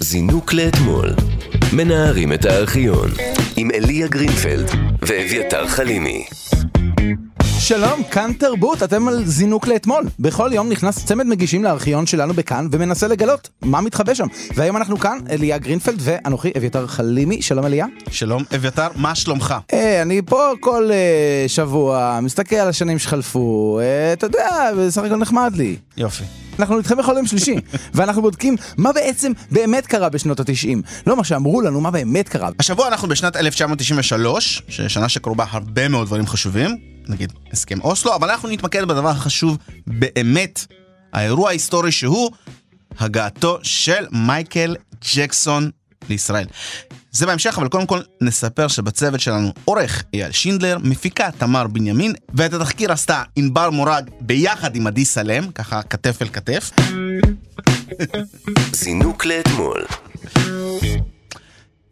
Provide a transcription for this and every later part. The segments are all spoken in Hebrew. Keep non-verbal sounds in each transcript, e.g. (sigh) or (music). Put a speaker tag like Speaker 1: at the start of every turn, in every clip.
Speaker 1: זינוק לאתמול. מנערים את הארכיון עם אליה גרינפלד ואביתר חלימי.
Speaker 2: שלום, כאן תרבות, אתם על זינוק לאתמול. בכל יום נכנס צמד מגישים לארכיון שלנו בכאן ומנסה לגלות מה מתחבא שם. והיום אנחנו כאן, אליה גרינפלד ואנוכי אביתר חלימי. שלום אליה.
Speaker 3: שלום, אביתר, מה שלומך?
Speaker 2: אה, אני פה כל אה, שבוע, מסתכל על השנים שחלפו, אה, אתה יודע, בסך הכל נחמד לי.
Speaker 3: יופי.
Speaker 2: אנחנו איתכם בכל יום שלישי, ואנחנו בודקים מה בעצם באמת קרה בשנות התשעים. לא מה שאמרו לנו, מה באמת קרה.
Speaker 3: השבוע אנחנו בשנת 1993, ששנה שקרו בה הרבה מאוד דברים חשובים, נגיד הסכם אוסלו, אבל אנחנו נתמקד בדבר החשוב באמת, האירוע ההיסטורי שהוא הגעתו של מייקל ג'קסון לישראל. זה בהמשך, אבל קודם כל נספר שבצוות שלנו עורך אייל שינדלר, מפיקה תמר בנימין, ואת התחקיר עשתה ענבר מורג ביחד עם עדי סלם, ככה כתף אל כתף.
Speaker 1: זינוק לאתמול.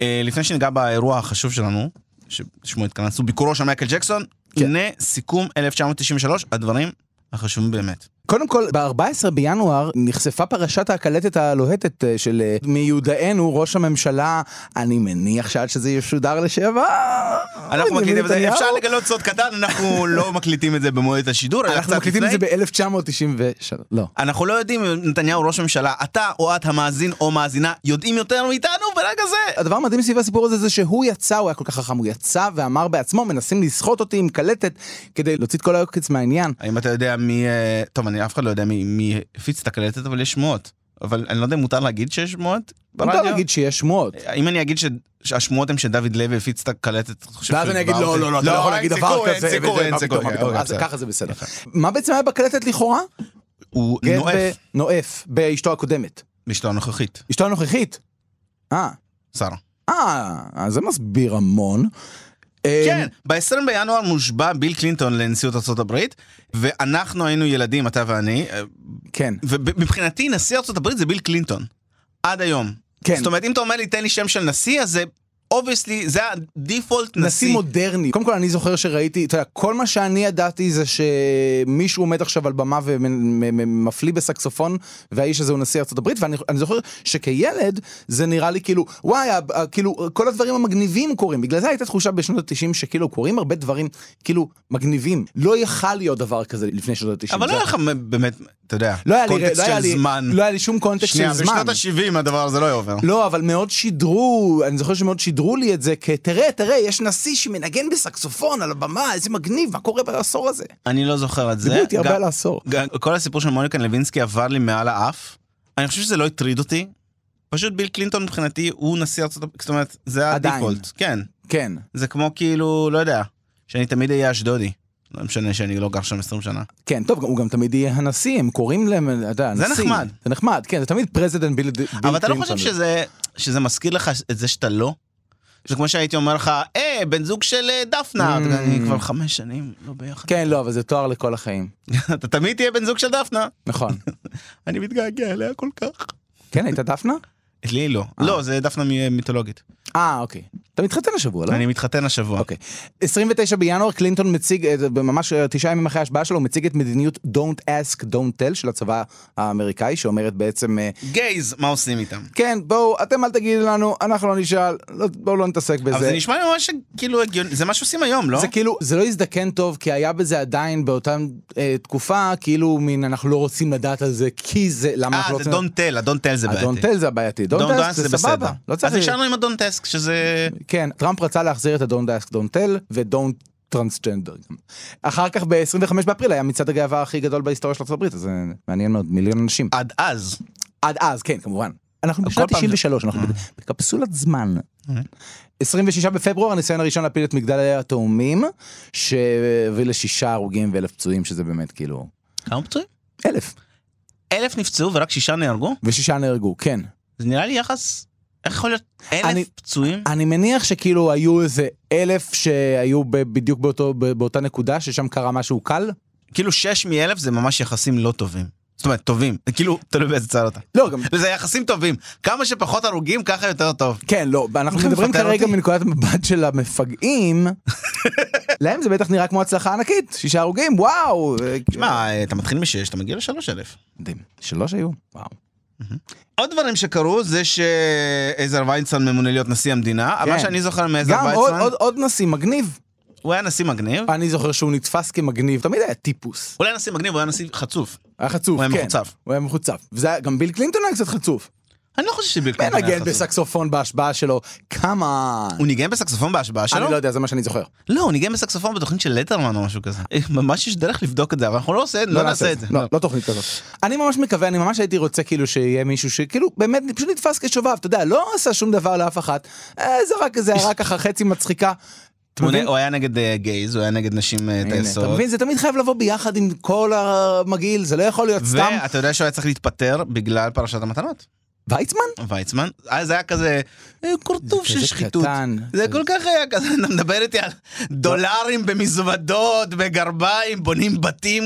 Speaker 3: אה, לפני שניגע באירוע החשוב שלנו, ששמו התכנסו, ביקורו של מייקל ג'קסון,
Speaker 2: כן.
Speaker 3: הנה סיכום 1993, הדברים החשובים באמת.
Speaker 2: קודם כל, ב-14 בינואר נחשפה פרשת הקלטת הלוהטת אה, של אה, מיודענו ראש הממשלה, אני מניח שעד שזה ישודר לשבע...
Speaker 3: אנחנו מקליטים את זה,
Speaker 2: נתניהו.
Speaker 3: אפשר לגלות סוד קטן,
Speaker 2: (laughs)
Speaker 3: אנחנו לא מקליטים את זה במועד השידור, אלא
Speaker 2: אנחנו
Speaker 3: קצת
Speaker 2: מקליטים את זה
Speaker 3: לפני.
Speaker 2: ב-1993. לא.
Speaker 3: אנחנו לא יודעים אם נתניהו ראש הממשלה, אתה או את המאזין או מאזינה יודעים יותר מאיתנו ברגע זה.
Speaker 2: הדבר המדהים סביב הסיפור הזה זה שהוא יצא, הוא היה כל כך חכם, הוא יצא ואמר בעצמו, מנסים לסחוט אותי עם קלטת כדי להוציא את כל היוקץ מהעניין.
Speaker 3: האם אתה יודע מי... אה, טוב, אני אף אחד לא יודע מי- מי הפיץ את הקלטת, אבל יש שמועות. אבל אני לא יודע אם מותר להגיד שיש שמועות ברדיו.
Speaker 2: מותר להגיד שיש שמועות.
Speaker 3: אם אני אגיד ש- שהשמועות הם שדוד לוי הפיץ את הקלטת, אתה חושב
Speaker 2: ואז
Speaker 3: שהוא
Speaker 2: אני אגיד,
Speaker 3: יתבע
Speaker 2: לא,
Speaker 3: אותי?"
Speaker 2: לא, לא, אתה לא יכול
Speaker 3: אין
Speaker 2: להגיד
Speaker 3: סיכוי,
Speaker 2: דבר כזה.
Speaker 3: אין סיכוי,
Speaker 2: וזה,
Speaker 3: אין
Speaker 2: מה
Speaker 3: סיכוי.
Speaker 2: פתאום, מה פתאום.
Speaker 3: אוקיי,
Speaker 2: אז
Speaker 3: בסדר.
Speaker 2: ככה זה בסדר. מה בעצם היה בקלטת לכאורה?
Speaker 3: הוא
Speaker 2: גט
Speaker 3: נואף
Speaker 2: כן, ב- נואף, באשתו הקודמת.
Speaker 3: באשתו הנוכחית,
Speaker 2: אשתו הנוכחית. אה,
Speaker 3: שרה.
Speaker 2: אה, אז זה מסביר המון. אמ, אה,
Speaker 3: כן, ב-20 בינואר מושבע ביל קלינטון לנשיאות ארה"ב, ואנחנו היינו ילדים, אתה ואני, אה,
Speaker 2: אה, כן.
Speaker 3: ומבחינתי נשיא ארה"ב זה ביל קלינטון. עד היום.
Speaker 2: כן.
Speaker 3: זאת אומרת, אם אתה אומר לי, תן לי שם של נשיא, אז זה, אובייסלי, זה הדיפולט
Speaker 2: נשיא
Speaker 3: נשיא.
Speaker 2: מודרני. קודם כל אני זוכר שראיתי, אתה יודע, כל מה שאני ידעתי זה שמישהו עומד עכשיו על במה ומפליא בסקסופון, והאיש הזה הוא נשיא ארצות הברית, ואני אני זוכר שכילד זה נראה לי כאילו, וואי, ה- ה- כאילו כל הדברים המגניבים קורים. בגלל זה הייתה תחושה בשנות ה-90 שכאילו קורים הרבה דברים כאילו מגניבים. לא יכל להיות דבר כזה לפני שנות ה-90.
Speaker 3: אבל לא היה לך באמת, אתה יודע,
Speaker 2: לא היה לי,
Speaker 3: קונטקסט
Speaker 2: לא היה
Speaker 3: של
Speaker 2: לי,
Speaker 3: זמן.
Speaker 2: לא היה לי שום קונטקסט של
Speaker 3: שנייה,
Speaker 2: זמן.
Speaker 3: בשנות ה-70 הדבר הזה לא היה עובר.
Speaker 2: לא, אבל מאוד שידרו, אני זוכר שמאוד שידרו לי את זה, כי תראה, תראה, יש נשיא שמנגן בסקסופון על הבמה, איזה מגניב, מה קורה בעשור הזה?
Speaker 3: אני לא זוכר את זה.
Speaker 2: דיברו איתי הרבה
Speaker 3: גם-
Speaker 2: על העשור.
Speaker 3: גם- כל הסיפור של מוניקה לוינסקי עבר לי מעל האף. אני חושב שזה לא הטריד אותי. פשוט ביל קלינטון מבחינתי הוא נשיא ארצות הברית, זאת אומרת, זה
Speaker 2: עדיין.
Speaker 3: הדיפולט. כן.
Speaker 2: כן.
Speaker 3: זה כמו כאילו, לא יודע, שאני תמיד אהיה אשדודי. לא משנה שאני לא גר שם 20 שנה.
Speaker 2: כן, טוב, הוא גם תמיד יהיה הנשיא, הם קוראים להם, אתה יודע,
Speaker 3: זה
Speaker 2: הנשיא.
Speaker 3: נחמד.
Speaker 2: זה נחמד, כן, זה תמיד פרזידנט ביל
Speaker 3: אבל אתה לא
Speaker 2: קלינטון.
Speaker 3: חושב שזה, שזה מזכיר לך את זה שאתה לא? זה כמו שהייתי אומר לך, אה, בן זוג של אה, דפנה. אתה יודע, אני
Speaker 2: Mm.
Speaker 3: כבר חמש שנים לא ביחד.
Speaker 2: כן, לא, אבל זה תואר לכל החיים.
Speaker 3: אתה תמיד תהיה בן זוג של דפנה. (laughs)
Speaker 2: נכון.
Speaker 3: אני מתגעגע אליה כל כך.
Speaker 2: כן, הייתה דפנה?
Speaker 3: לי לא. לא, זה דפנה מ- מיתולוגית.
Speaker 2: אה, אוקיי. אתה מתחתן השבוע, לא?
Speaker 3: אני מתחתן השבוע.
Speaker 2: אוקיי. 29 בינואר קלינטון מציג, אה, ממש אה, תשעה ימים אחרי ההשבעה שלו, הוא מציג את מדיניות Don't Ask, Don't Tell של הצבא האמריקאי, שאומרת בעצם, אה,
Speaker 3: גייז, מה עושים איתם?
Speaker 2: כן, בואו, אתם אל תגידו לנו, אנחנו לא נשאל, לא, בואו לא נתעסק בזה.
Speaker 3: אבל זה נשמע לי ממש כאילו הגיוני, זה מה שעושים היום, לא?
Speaker 2: זה כאילו, זה לא הזדקן טוב, כי היה בזה עדיין באותה אה, תקופה, כאילו מין אנחנו לא רוצים לדעת על זה, כי זה, למה
Speaker 3: אה,
Speaker 2: אנחנו לא אה,
Speaker 3: זה
Speaker 2: רוצים...
Speaker 3: דון טל, הדון טל זה בעייתי.
Speaker 2: הדון טל זה הבעייתי,
Speaker 3: Don't
Speaker 2: דון
Speaker 3: ask
Speaker 2: דסק זה סבבה,
Speaker 3: בסדר.
Speaker 2: לא צריך...
Speaker 3: אז נשארנו עם הדון טסק, שזה...
Speaker 2: כן, טראמפ רצה להחזיר את הדון דסק דון טל ודון טרנסג'נדר גם. אחר כך ב-25 באפריל היה מצעד הגאווה הכי גדול בהיסטוריה של ארה"ב, אז זה מעניין מאוד, מיליון אנשים.
Speaker 3: עד אז.
Speaker 2: עד אז, כן, כמובן. אנחנו בשנת
Speaker 3: פעם זה- אה.
Speaker 2: 93, אנחנו בקפסולת זמן. 26 בפברואר, הניסיון הראשון להפיל את מגדל התאומים, שהביא לשישה הרוגים ואלף פצועים, שזה באמת כאילו...
Speaker 3: כמה פצועים?
Speaker 2: אלף.
Speaker 3: אלף נפצעו ורק שישה נהרגו?
Speaker 2: ושישה נהרגו, כן.
Speaker 3: זה נראה לי יחס... איך יכול להיות?
Speaker 2: אני-
Speaker 3: אלף פצועים?
Speaker 2: אני מניח שכאילו היו איזה אלף שהיו ב- בדיוק באותו, ב- באותה נקודה, ששם קרה משהו קל.
Speaker 3: כאילו שש מאלף זה ממש יחסים לא טובים. זאת אומרת, טובים. זה כאילו, תלוי באיזה צד אתה.
Speaker 2: לא, גם...
Speaker 3: וזה יחסים טובים. כמה שפחות הרוגים, ככה יותר טוב.
Speaker 2: כן, לא, אנחנו
Speaker 3: אתה
Speaker 2: מדברים
Speaker 3: מפטר
Speaker 2: כרגע
Speaker 3: אותי?
Speaker 2: מנקודת מבט של
Speaker 3: (laughs)
Speaker 2: המפגעים. להם זה בטח נראה כמו הצלחה ענקית, שישה הרוגים, וואו.
Speaker 3: תשמע, אתה מתחיל משש, אתה מגיע לשלוש אלף.
Speaker 2: מדהים. שלוש היו? וואו.
Speaker 3: עוד דברים שקרו זה שעזר ויינצמן ממונה להיות נשיא המדינה, אבל מה שאני זוכר מעזר
Speaker 2: כן. גם עוד,
Speaker 3: ויינצמן,
Speaker 2: עוד, עוד נשיא מגניב.
Speaker 3: הוא היה נשיא מגניב,
Speaker 2: אני זוכר שהוא נתפס כמגניב, תמיד היה טיפוס.
Speaker 3: הוא היה נשיא מגניב, הוא היה נשיא חצוף.
Speaker 2: היה חצוף,
Speaker 3: הוא היה
Speaker 2: כן.
Speaker 3: מחוצף.
Speaker 2: הוא היה מחוצף. וזה היה, גם ביל קלינטון היה קצת חצוף.
Speaker 3: אני לא חושב שביל קלינטון היה
Speaker 2: מנגן
Speaker 3: חצוף.
Speaker 2: בסקסופון בהשבעה שלו, כמה...
Speaker 3: הוא ניגן בסקסופון בהשבעה שלו?
Speaker 2: אני לא יודע, זה מה שאני זוכר.
Speaker 3: לא, הוא ניגן בסקסופון בתוכנית של לטרמן או משהו כזה. אה, ממש יש דרך לבדוק את זה, אבל אנחנו לא עושה- לא נעשה את זה.
Speaker 2: לא, לא תוכנית כזאת. אני ממש מקווה, אני ממש הייתי רוצה כאילו שיהיה מישהו שכאילו באמת פשוט נתפס כשובב, אתה יודע, לא עשה שום דבר לאף אחת, אה, זה רק איזה הערה ככה חצי מצחיקה. אתה
Speaker 3: הוא
Speaker 2: מבין?
Speaker 3: נה- הוא היה נגד אה, גייז, הוא היה נגד נשים אה,
Speaker 2: הנה, אתה
Speaker 3: טייסות.
Speaker 2: מבין? זה תמיד חייב לבוא ביחד עם כל המגעיל, זה לא יכול להיות סתם.
Speaker 3: ואתה יודע שהוא היה צריך להתפטר בגלל פרשת המתנות.
Speaker 2: ויצמן?
Speaker 3: ויצמן, אז היה כזה אה, קורטוב של
Speaker 2: כזה
Speaker 3: שחיתות.
Speaker 2: קטן.
Speaker 3: זה כל כך היה כזה, אתה מדבר איתי על דולרים במזוודות, בגרביים, בונים בתים,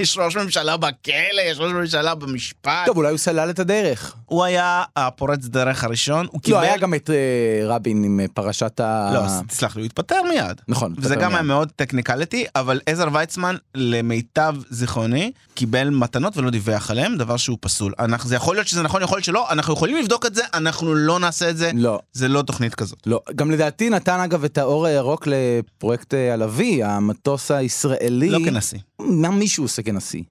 Speaker 3: יש ראש ממשלה בכלא, יש ראש ממשלה במשפט.
Speaker 2: טוב, אולי הוא סלל את הדרך.
Speaker 3: הוא היה הפורץ דרך הראשון, הוא קיבל...
Speaker 2: לא, היה גם את אה, רבין עם אה, פרשת ה...
Speaker 3: לא, ס- תסלח לי, הוא התפטר מיד.
Speaker 2: נכון.
Speaker 3: וזה
Speaker 2: פטר
Speaker 3: גם היה
Speaker 2: מיד.
Speaker 3: מאוד טכניקליטי, אבל עזר ויצמן, למיטב זיכרוני, קיבל מתנות ולא דיווח עליהם, דבר שהוא פסול. אנחנו, זה יכול להיות שזה נכון, יכול להיות שלא, אנחנו יכולים לבדוק את זה, אנחנו לא נעשה את זה,
Speaker 2: לא.
Speaker 3: זה לא תוכנית כזאת.
Speaker 2: לא, גם לדעתי נתן אגב את האור הירוק לפרויקט אה, הלוי, המטוס הישראלי.
Speaker 3: לא כנשיא.
Speaker 2: מה מישהו עושה כנשיא?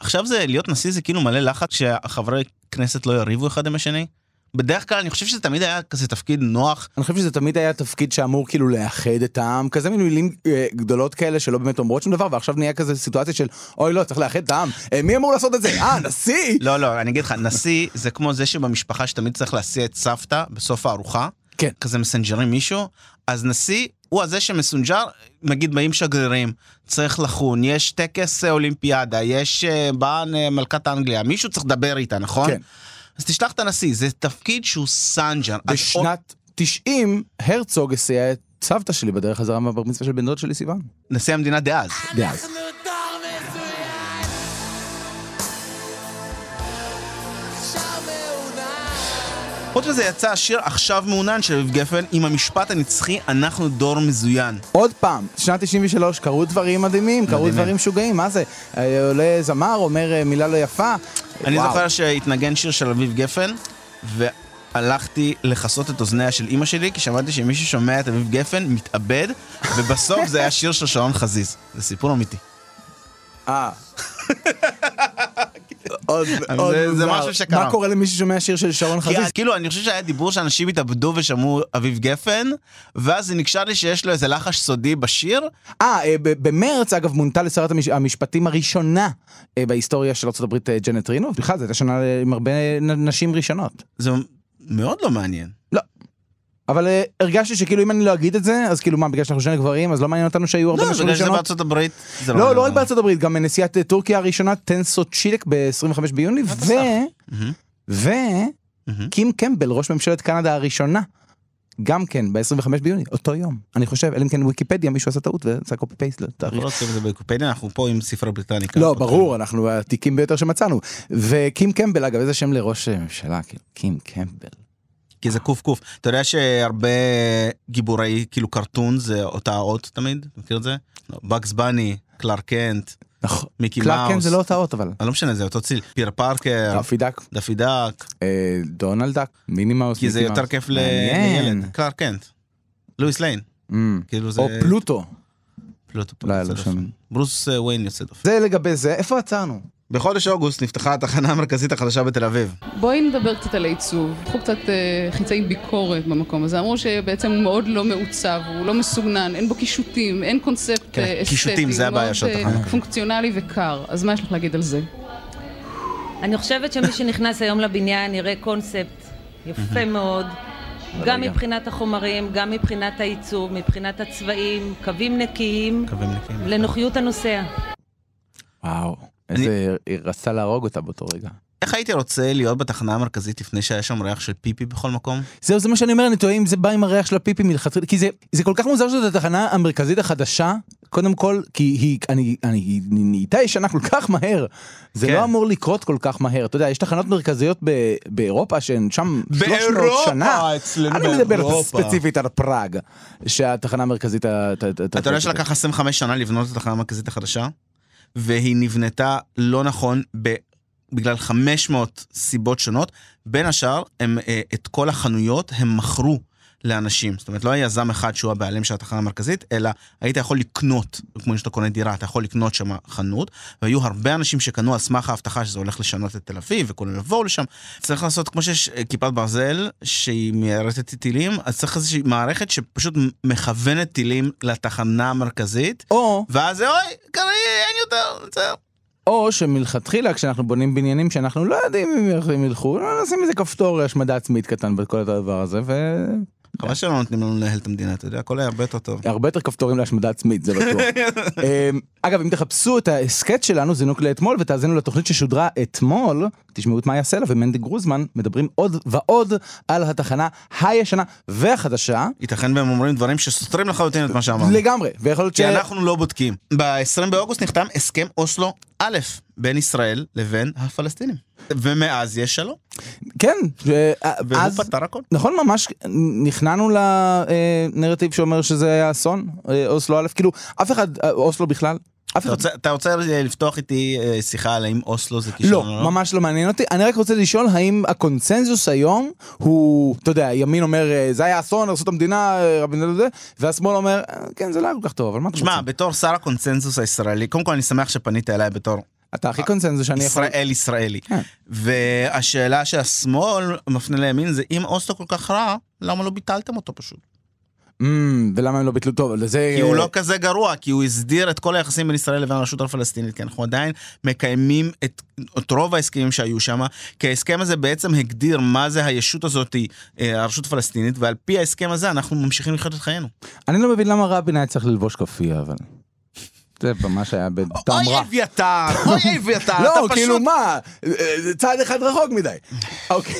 Speaker 3: עכשיו זה, להיות נשיא זה כאילו מלא לחץ שהחברי כנסת לא יריבו אחד עם השני. בדרך כלל אני חושב שזה תמיד היה כזה תפקיד נוח.
Speaker 2: אני חושב שזה תמיד היה תפקיד שאמור כאילו לאחד את העם, כזה מין מילים אה, גדולות כאלה שלא באמת אומרות שום דבר, ועכשיו נהיה כזה סיטואציה של אוי לא, צריך לאחד את העם, אה, מי אמור לעשות את זה? אה, נשיא!
Speaker 3: לא, לא, אני אגיד לך, נשיא (laughs) זה כמו זה שבמשפחה שתמיד צריך להסיע את סבתא בסוף הארוחה.
Speaker 2: כן.
Speaker 3: כזה מסנג'רים מישהו, אז נשיא הוא הזה שמסונג'ר, נגיד באים שגרירים, צריך לחון, יש טקס אה, אולימפיאדה, יש אה, באה אה, מלכת אנגליה, מישהו צריך לדבר איתה, נכון?
Speaker 2: כן.
Speaker 3: אז תשלח את הנשיא, זה תפקיד שהוא סנג'ר. אז עוד-
Speaker 2: בשנת 90, הרצוג הסיע את סבתא שלי בדרך חזרה מהבר מצווה של בן דוד שלי סיוון.
Speaker 3: נשיא המדינה דאז.
Speaker 2: דאז.
Speaker 3: חוץ מזה יצא השיר עכשיו מעונן של אביב גפן עם המשפט הנצחי אנחנו דור מזוין.
Speaker 2: עוד פעם, שנת 93, קרו דברים מדהימים, קרו דברים משוגעים, מה זה? אה, עולה זמר, אומר אה, מילה לא יפה.
Speaker 3: אני
Speaker 2: וואו.
Speaker 3: זוכר שהתנגן שיר של אביב גפן והלכתי לכסות את אוזניה של אימא שלי כי שמעתי שמישהו שומע את אביב גפן מתאבד ובסוף זה היה שיר של שרון חזיז. זה סיפור אמיתי.
Speaker 2: אה. עוד,
Speaker 3: אבל
Speaker 2: עוד
Speaker 3: זה- זה
Speaker 2: מוזר.
Speaker 3: משהו שקרה.
Speaker 2: מה קורה למי ששומע שיר של שרון
Speaker 3: כי
Speaker 2: חזיז?
Speaker 3: אז כאילו אני חושב שהיה דיבור שאנשים התאבדו ושמעו אביב גפן ואז זה נקשר לי שיש לו איזה לחש סודי בשיר
Speaker 2: אה, אה, ב- במרץ, אגב, מונתה לשרת המש... המשפטים הראשונה אה, בהיסטוריה של ארה"ב אה, ג'נט רינו, בכלל, זו הייתה שנה אה, עם הרבה נ- נשים ראשונות.
Speaker 3: זה מאוד לא מעניין.
Speaker 2: אבל אה, הרגשתי שכאילו אם אני לא אגיד את זה, אז כאילו מה, בגלל שאנחנו שני גברים, אז לא מעניין אותנו שהיו הרבה
Speaker 3: לא,
Speaker 2: נשים
Speaker 3: בגלל שזה
Speaker 2: ראשונות?
Speaker 3: בארצות הברית. זה
Speaker 2: לא, לא
Speaker 3: מעניין.
Speaker 2: רק בארצות הברית, גם נשיאת אה, טורקיה הראשונה, טנסו צ'ילק ב-25 ביוני, ו...
Speaker 3: מהמם,
Speaker 2: ו...
Speaker 3: מהמם.
Speaker 2: קים קמבל, ראש ממשלת קנדה הראשונה, גם כן, ב-25 ביוני, אותו יום. אני חושב, אלא אם כן ויקיפדיה, מישהו עשה טעות ועשה קופי פייסט
Speaker 3: אנחנו
Speaker 2: לתאריך.
Speaker 3: לא עושים את זה בוויקיפדיה, אנחנו פה עם ספרי בריטניקה.
Speaker 2: לא, ברור, אנחנו העתיקים ביותר שמצאנו. וקים קמבל, אגב, איזה שם לראש ממשלה, כאילו, קים קמבל.
Speaker 3: כי זה קוף קוף. אתה יודע שהרבה גיבורי כאילו קרטון זה אותה האות תמיד? אתה מכיר את זה? לא, בקס בני, קלאר קנט,
Speaker 2: נכון.
Speaker 3: מיקי
Speaker 2: קלארק קנט
Speaker 3: מאוס.
Speaker 2: זה לא אותה אות, אבל.
Speaker 3: אה, לא משנה, זה אותו ציל. פיר פארקר,
Speaker 2: רפי דק,
Speaker 3: דפי דק,
Speaker 2: אה, דונלד דק, מיני מאוס,
Speaker 3: כי זה
Speaker 2: מיקי
Speaker 3: יותר
Speaker 2: מאוס.
Speaker 3: כיף ל-
Speaker 2: מעניין.
Speaker 3: לילד. קלאר קנט. לואיס ליין.
Speaker 2: אמ.
Speaker 3: כאילו זה...
Speaker 2: או פלוטו.
Speaker 3: פלוטו.
Speaker 2: לא היה
Speaker 3: יוצא
Speaker 2: לו
Speaker 3: דופן.
Speaker 2: שם.
Speaker 3: ברוס אה, וויין יוצא דופן.
Speaker 2: זה לגבי זה, איפה עצרנו?
Speaker 3: בחודש אוגוסט נפתחה התחנה המרכזית החדשה בתל אביב.
Speaker 4: בואי נדבר קצת על העיצוב. לקחו קצת אה, חיצי ביקורת במקום הזה. אמרו שבעצם הוא מאוד לא מעוצב, הוא לא מסוגנן, אין בו קישוטים, אין קונספט
Speaker 3: כן,
Speaker 4: אה, אסתטי.
Speaker 3: קישוטים, זה
Speaker 4: הוא
Speaker 3: הבעיה כן.
Speaker 4: מאוד,
Speaker 3: של
Speaker 4: אה,
Speaker 3: התחנה.
Speaker 4: פונקציונלי וקר. אז מה יש לך להגיד על זה?
Speaker 5: אני חושבת שמי שנכנס היום לבניין יראה קונספט יפה מאוד, גם
Speaker 2: רגע.
Speaker 5: מבחינת החומרים, גם מבחינת העיצוב, מבחינת הצבעים, קווים נקיים
Speaker 3: מקווים נקיים.
Speaker 5: לנוחיות הנוסע.
Speaker 2: וואו,
Speaker 3: אני-
Speaker 2: איזה היא רצתה להרוג אותה באותו רגע.
Speaker 3: איך הייתי רוצה להיות בתחנה המרכזית לפני שהיה שם ריח של פיפי בכל מקום?
Speaker 2: זהו, זה מה שאני אומר, אני טועה אם זה בא עם הריח של הפיפי מלכתחילה, כי זה, זה כל כך מוזר שזאת התחנה המרכזית החדשה, קודם כל, כי היא, אני, אני, היא נהייתה ישנה כל כך מהר. זה
Speaker 3: כן.
Speaker 2: לא אמור לקרות כל כך מהר, אתה יודע, יש תחנות מרכזיות ב, באירופה שהן שם 300
Speaker 3: באירופה,
Speaker 2: שנה.
Speaker 3: אצלנו
Speaker 2: אני מדבר
Speaker 3: באירופה.
Speaker 2: ספציפית על פראג, שהתחנה המרכזית... ה- ת- ת-
Speaker 3: אתה יודע
Speaker 2: ת-
Speaker 3: שלקח 25 שנה לבנות את התחנה המרכזית החדשה, והיא נבנתה לא נכון ב... בגלל 500 סיבות שונות. בין השאר, הם, אה, את כל החנויות הם מכרו לאנשים. זאת אומרת, לא היה יזם אחד שהוא הבעלים של התחנה המרכזית, אלא היית יכול לקנות, כמו שאתה קונה דירה, אתה יכול לקנות שם חנות, והיו הרבה אנשים שקנו על סמך ההבטחה שזה הולך לשנות את תל אביב, וכולם יבואו לשם. צריך לעשות, כמו שיש אה, כיפת ברזל, שהיא מיירטת טילים, אז צריך איזושהי מערכת שפשוט מכוונת טילים לתחנה המרכזית,
Speaker 2: או,
Speaker 3: ואז אוי, כנראה אין יותר, זהו.
Speaker 2: או שמלכתחילה כשאנחנו בונים בניינים שאנחנו לא יודעים אם איך הם ילכו, לא נשים איזה כפתור השמדה עצמית קטן בכל הדבר הזה, והרבה
Speaker 3: חבל שלא נותנים לנו לנהל את המדינה, אתה יודע, הכל היה הרבה יותר טוב. (laughs)
Speaker 2: יותר כפתורים להשמדה עצמית, זה בטוח. אמ, אגב, אם תחפשו את ההסכת שלנו, זינוק לאתמול, ותאזינו לתוכנית ששודרה אתמול, תשמעו את מאיה סלע ומנדי גרוזמן מדברים עוד ועוד על התחנה הישנה והחדשה,
Speaker 3: ייתכן והם אומרים דברים שסותרים לחלוטין את מה שאמרנו.
Speaker 2: לגמרי, ויכול להיות ש...
Speaker 3: כי אנחנו לא בודקים. ב-20 באוגוסט נחתם הסכם אוסלו א' בין ישראל לבין הפלסטינים. ומאז יש שלום,
Speaker 2: כן, ו-
Speaker 3: והוא
Speaker 2: אז...
Speaker 3: פתר הכל.
Speaker 2: נכון ממש נכנענו לנרטיב שאומר שזה היה אסון אה, אוסלו א' כאילו אף אחד אה, אוסלו בכלל אף
Speaker 3: אתה
Speaker 2: אחד
Speaker 3: רוצה- אתה רוצה אה, לפתוח איתי אה, שיחה על האם אוסלו זה כישלון
Speaker 2: לא
Speaker 3: או
Speaker 2: ממש לא מעניין אותי אני רק רוצה לשאול האם הקונצנזוס היום הוא אתה יודע ימין אומר אה, זה היה אסון הרסו את המדינה אה, רבין זה, זה, זה", והשמאל אומר "אה, כן זה לא היה כל כך טוב אבל מה אתה
Speaker 3: שמע,
Speaker 2: רוצה
Speaker 3: בתור שר הקונצנזוס הישראלי, קודם כל אני שמח שפנית אליי בתור
Speaker 2: אתה הכי קונצנזוס שאני יכול
Speaker 3: ישראל ישראלי.
Speaker 2: כן.
Speaker 3: והשאלה שהשמאל מפנה לימין זה אם אוסלו כל כך רע, למה לא ביטלתם אותו פשוט?
Speaker 2: אמ, ולמה הם לא ביטלו טוב לזה
Speaker 3: כי הוא
Speaker 2: אה,
Speaker 3: לא כזה גרוע, כי הוא הסדיר את כל היחסים בין ישראל לבין הרשות הפלסטינית, כי אנחנו עדיין מקיימים את, את רוב ההסכמים שהיו שם, כי ההסכם הזה בעצם הגדיר מה זה הישות הזאת, אה, הרשות הפלסטינית, ועל פי ההסכם הזה אנחנו ממשיכים לחיות את חיינו.
Speaker 2: אני לא מבין למה רבין היה צריך ללבוש כאפיה אבל. זה ממש היה
Speaker 3: אוי
Speaker 2: בתעמרה.
Speaker 3: אביתר, אוי אביתר, אתה
Speaker 2: לא,
Speaker 3: פשוט...
Speaker 2: כאילו מה, אה, זה צעד אחד רחוק מדי. אוקיי.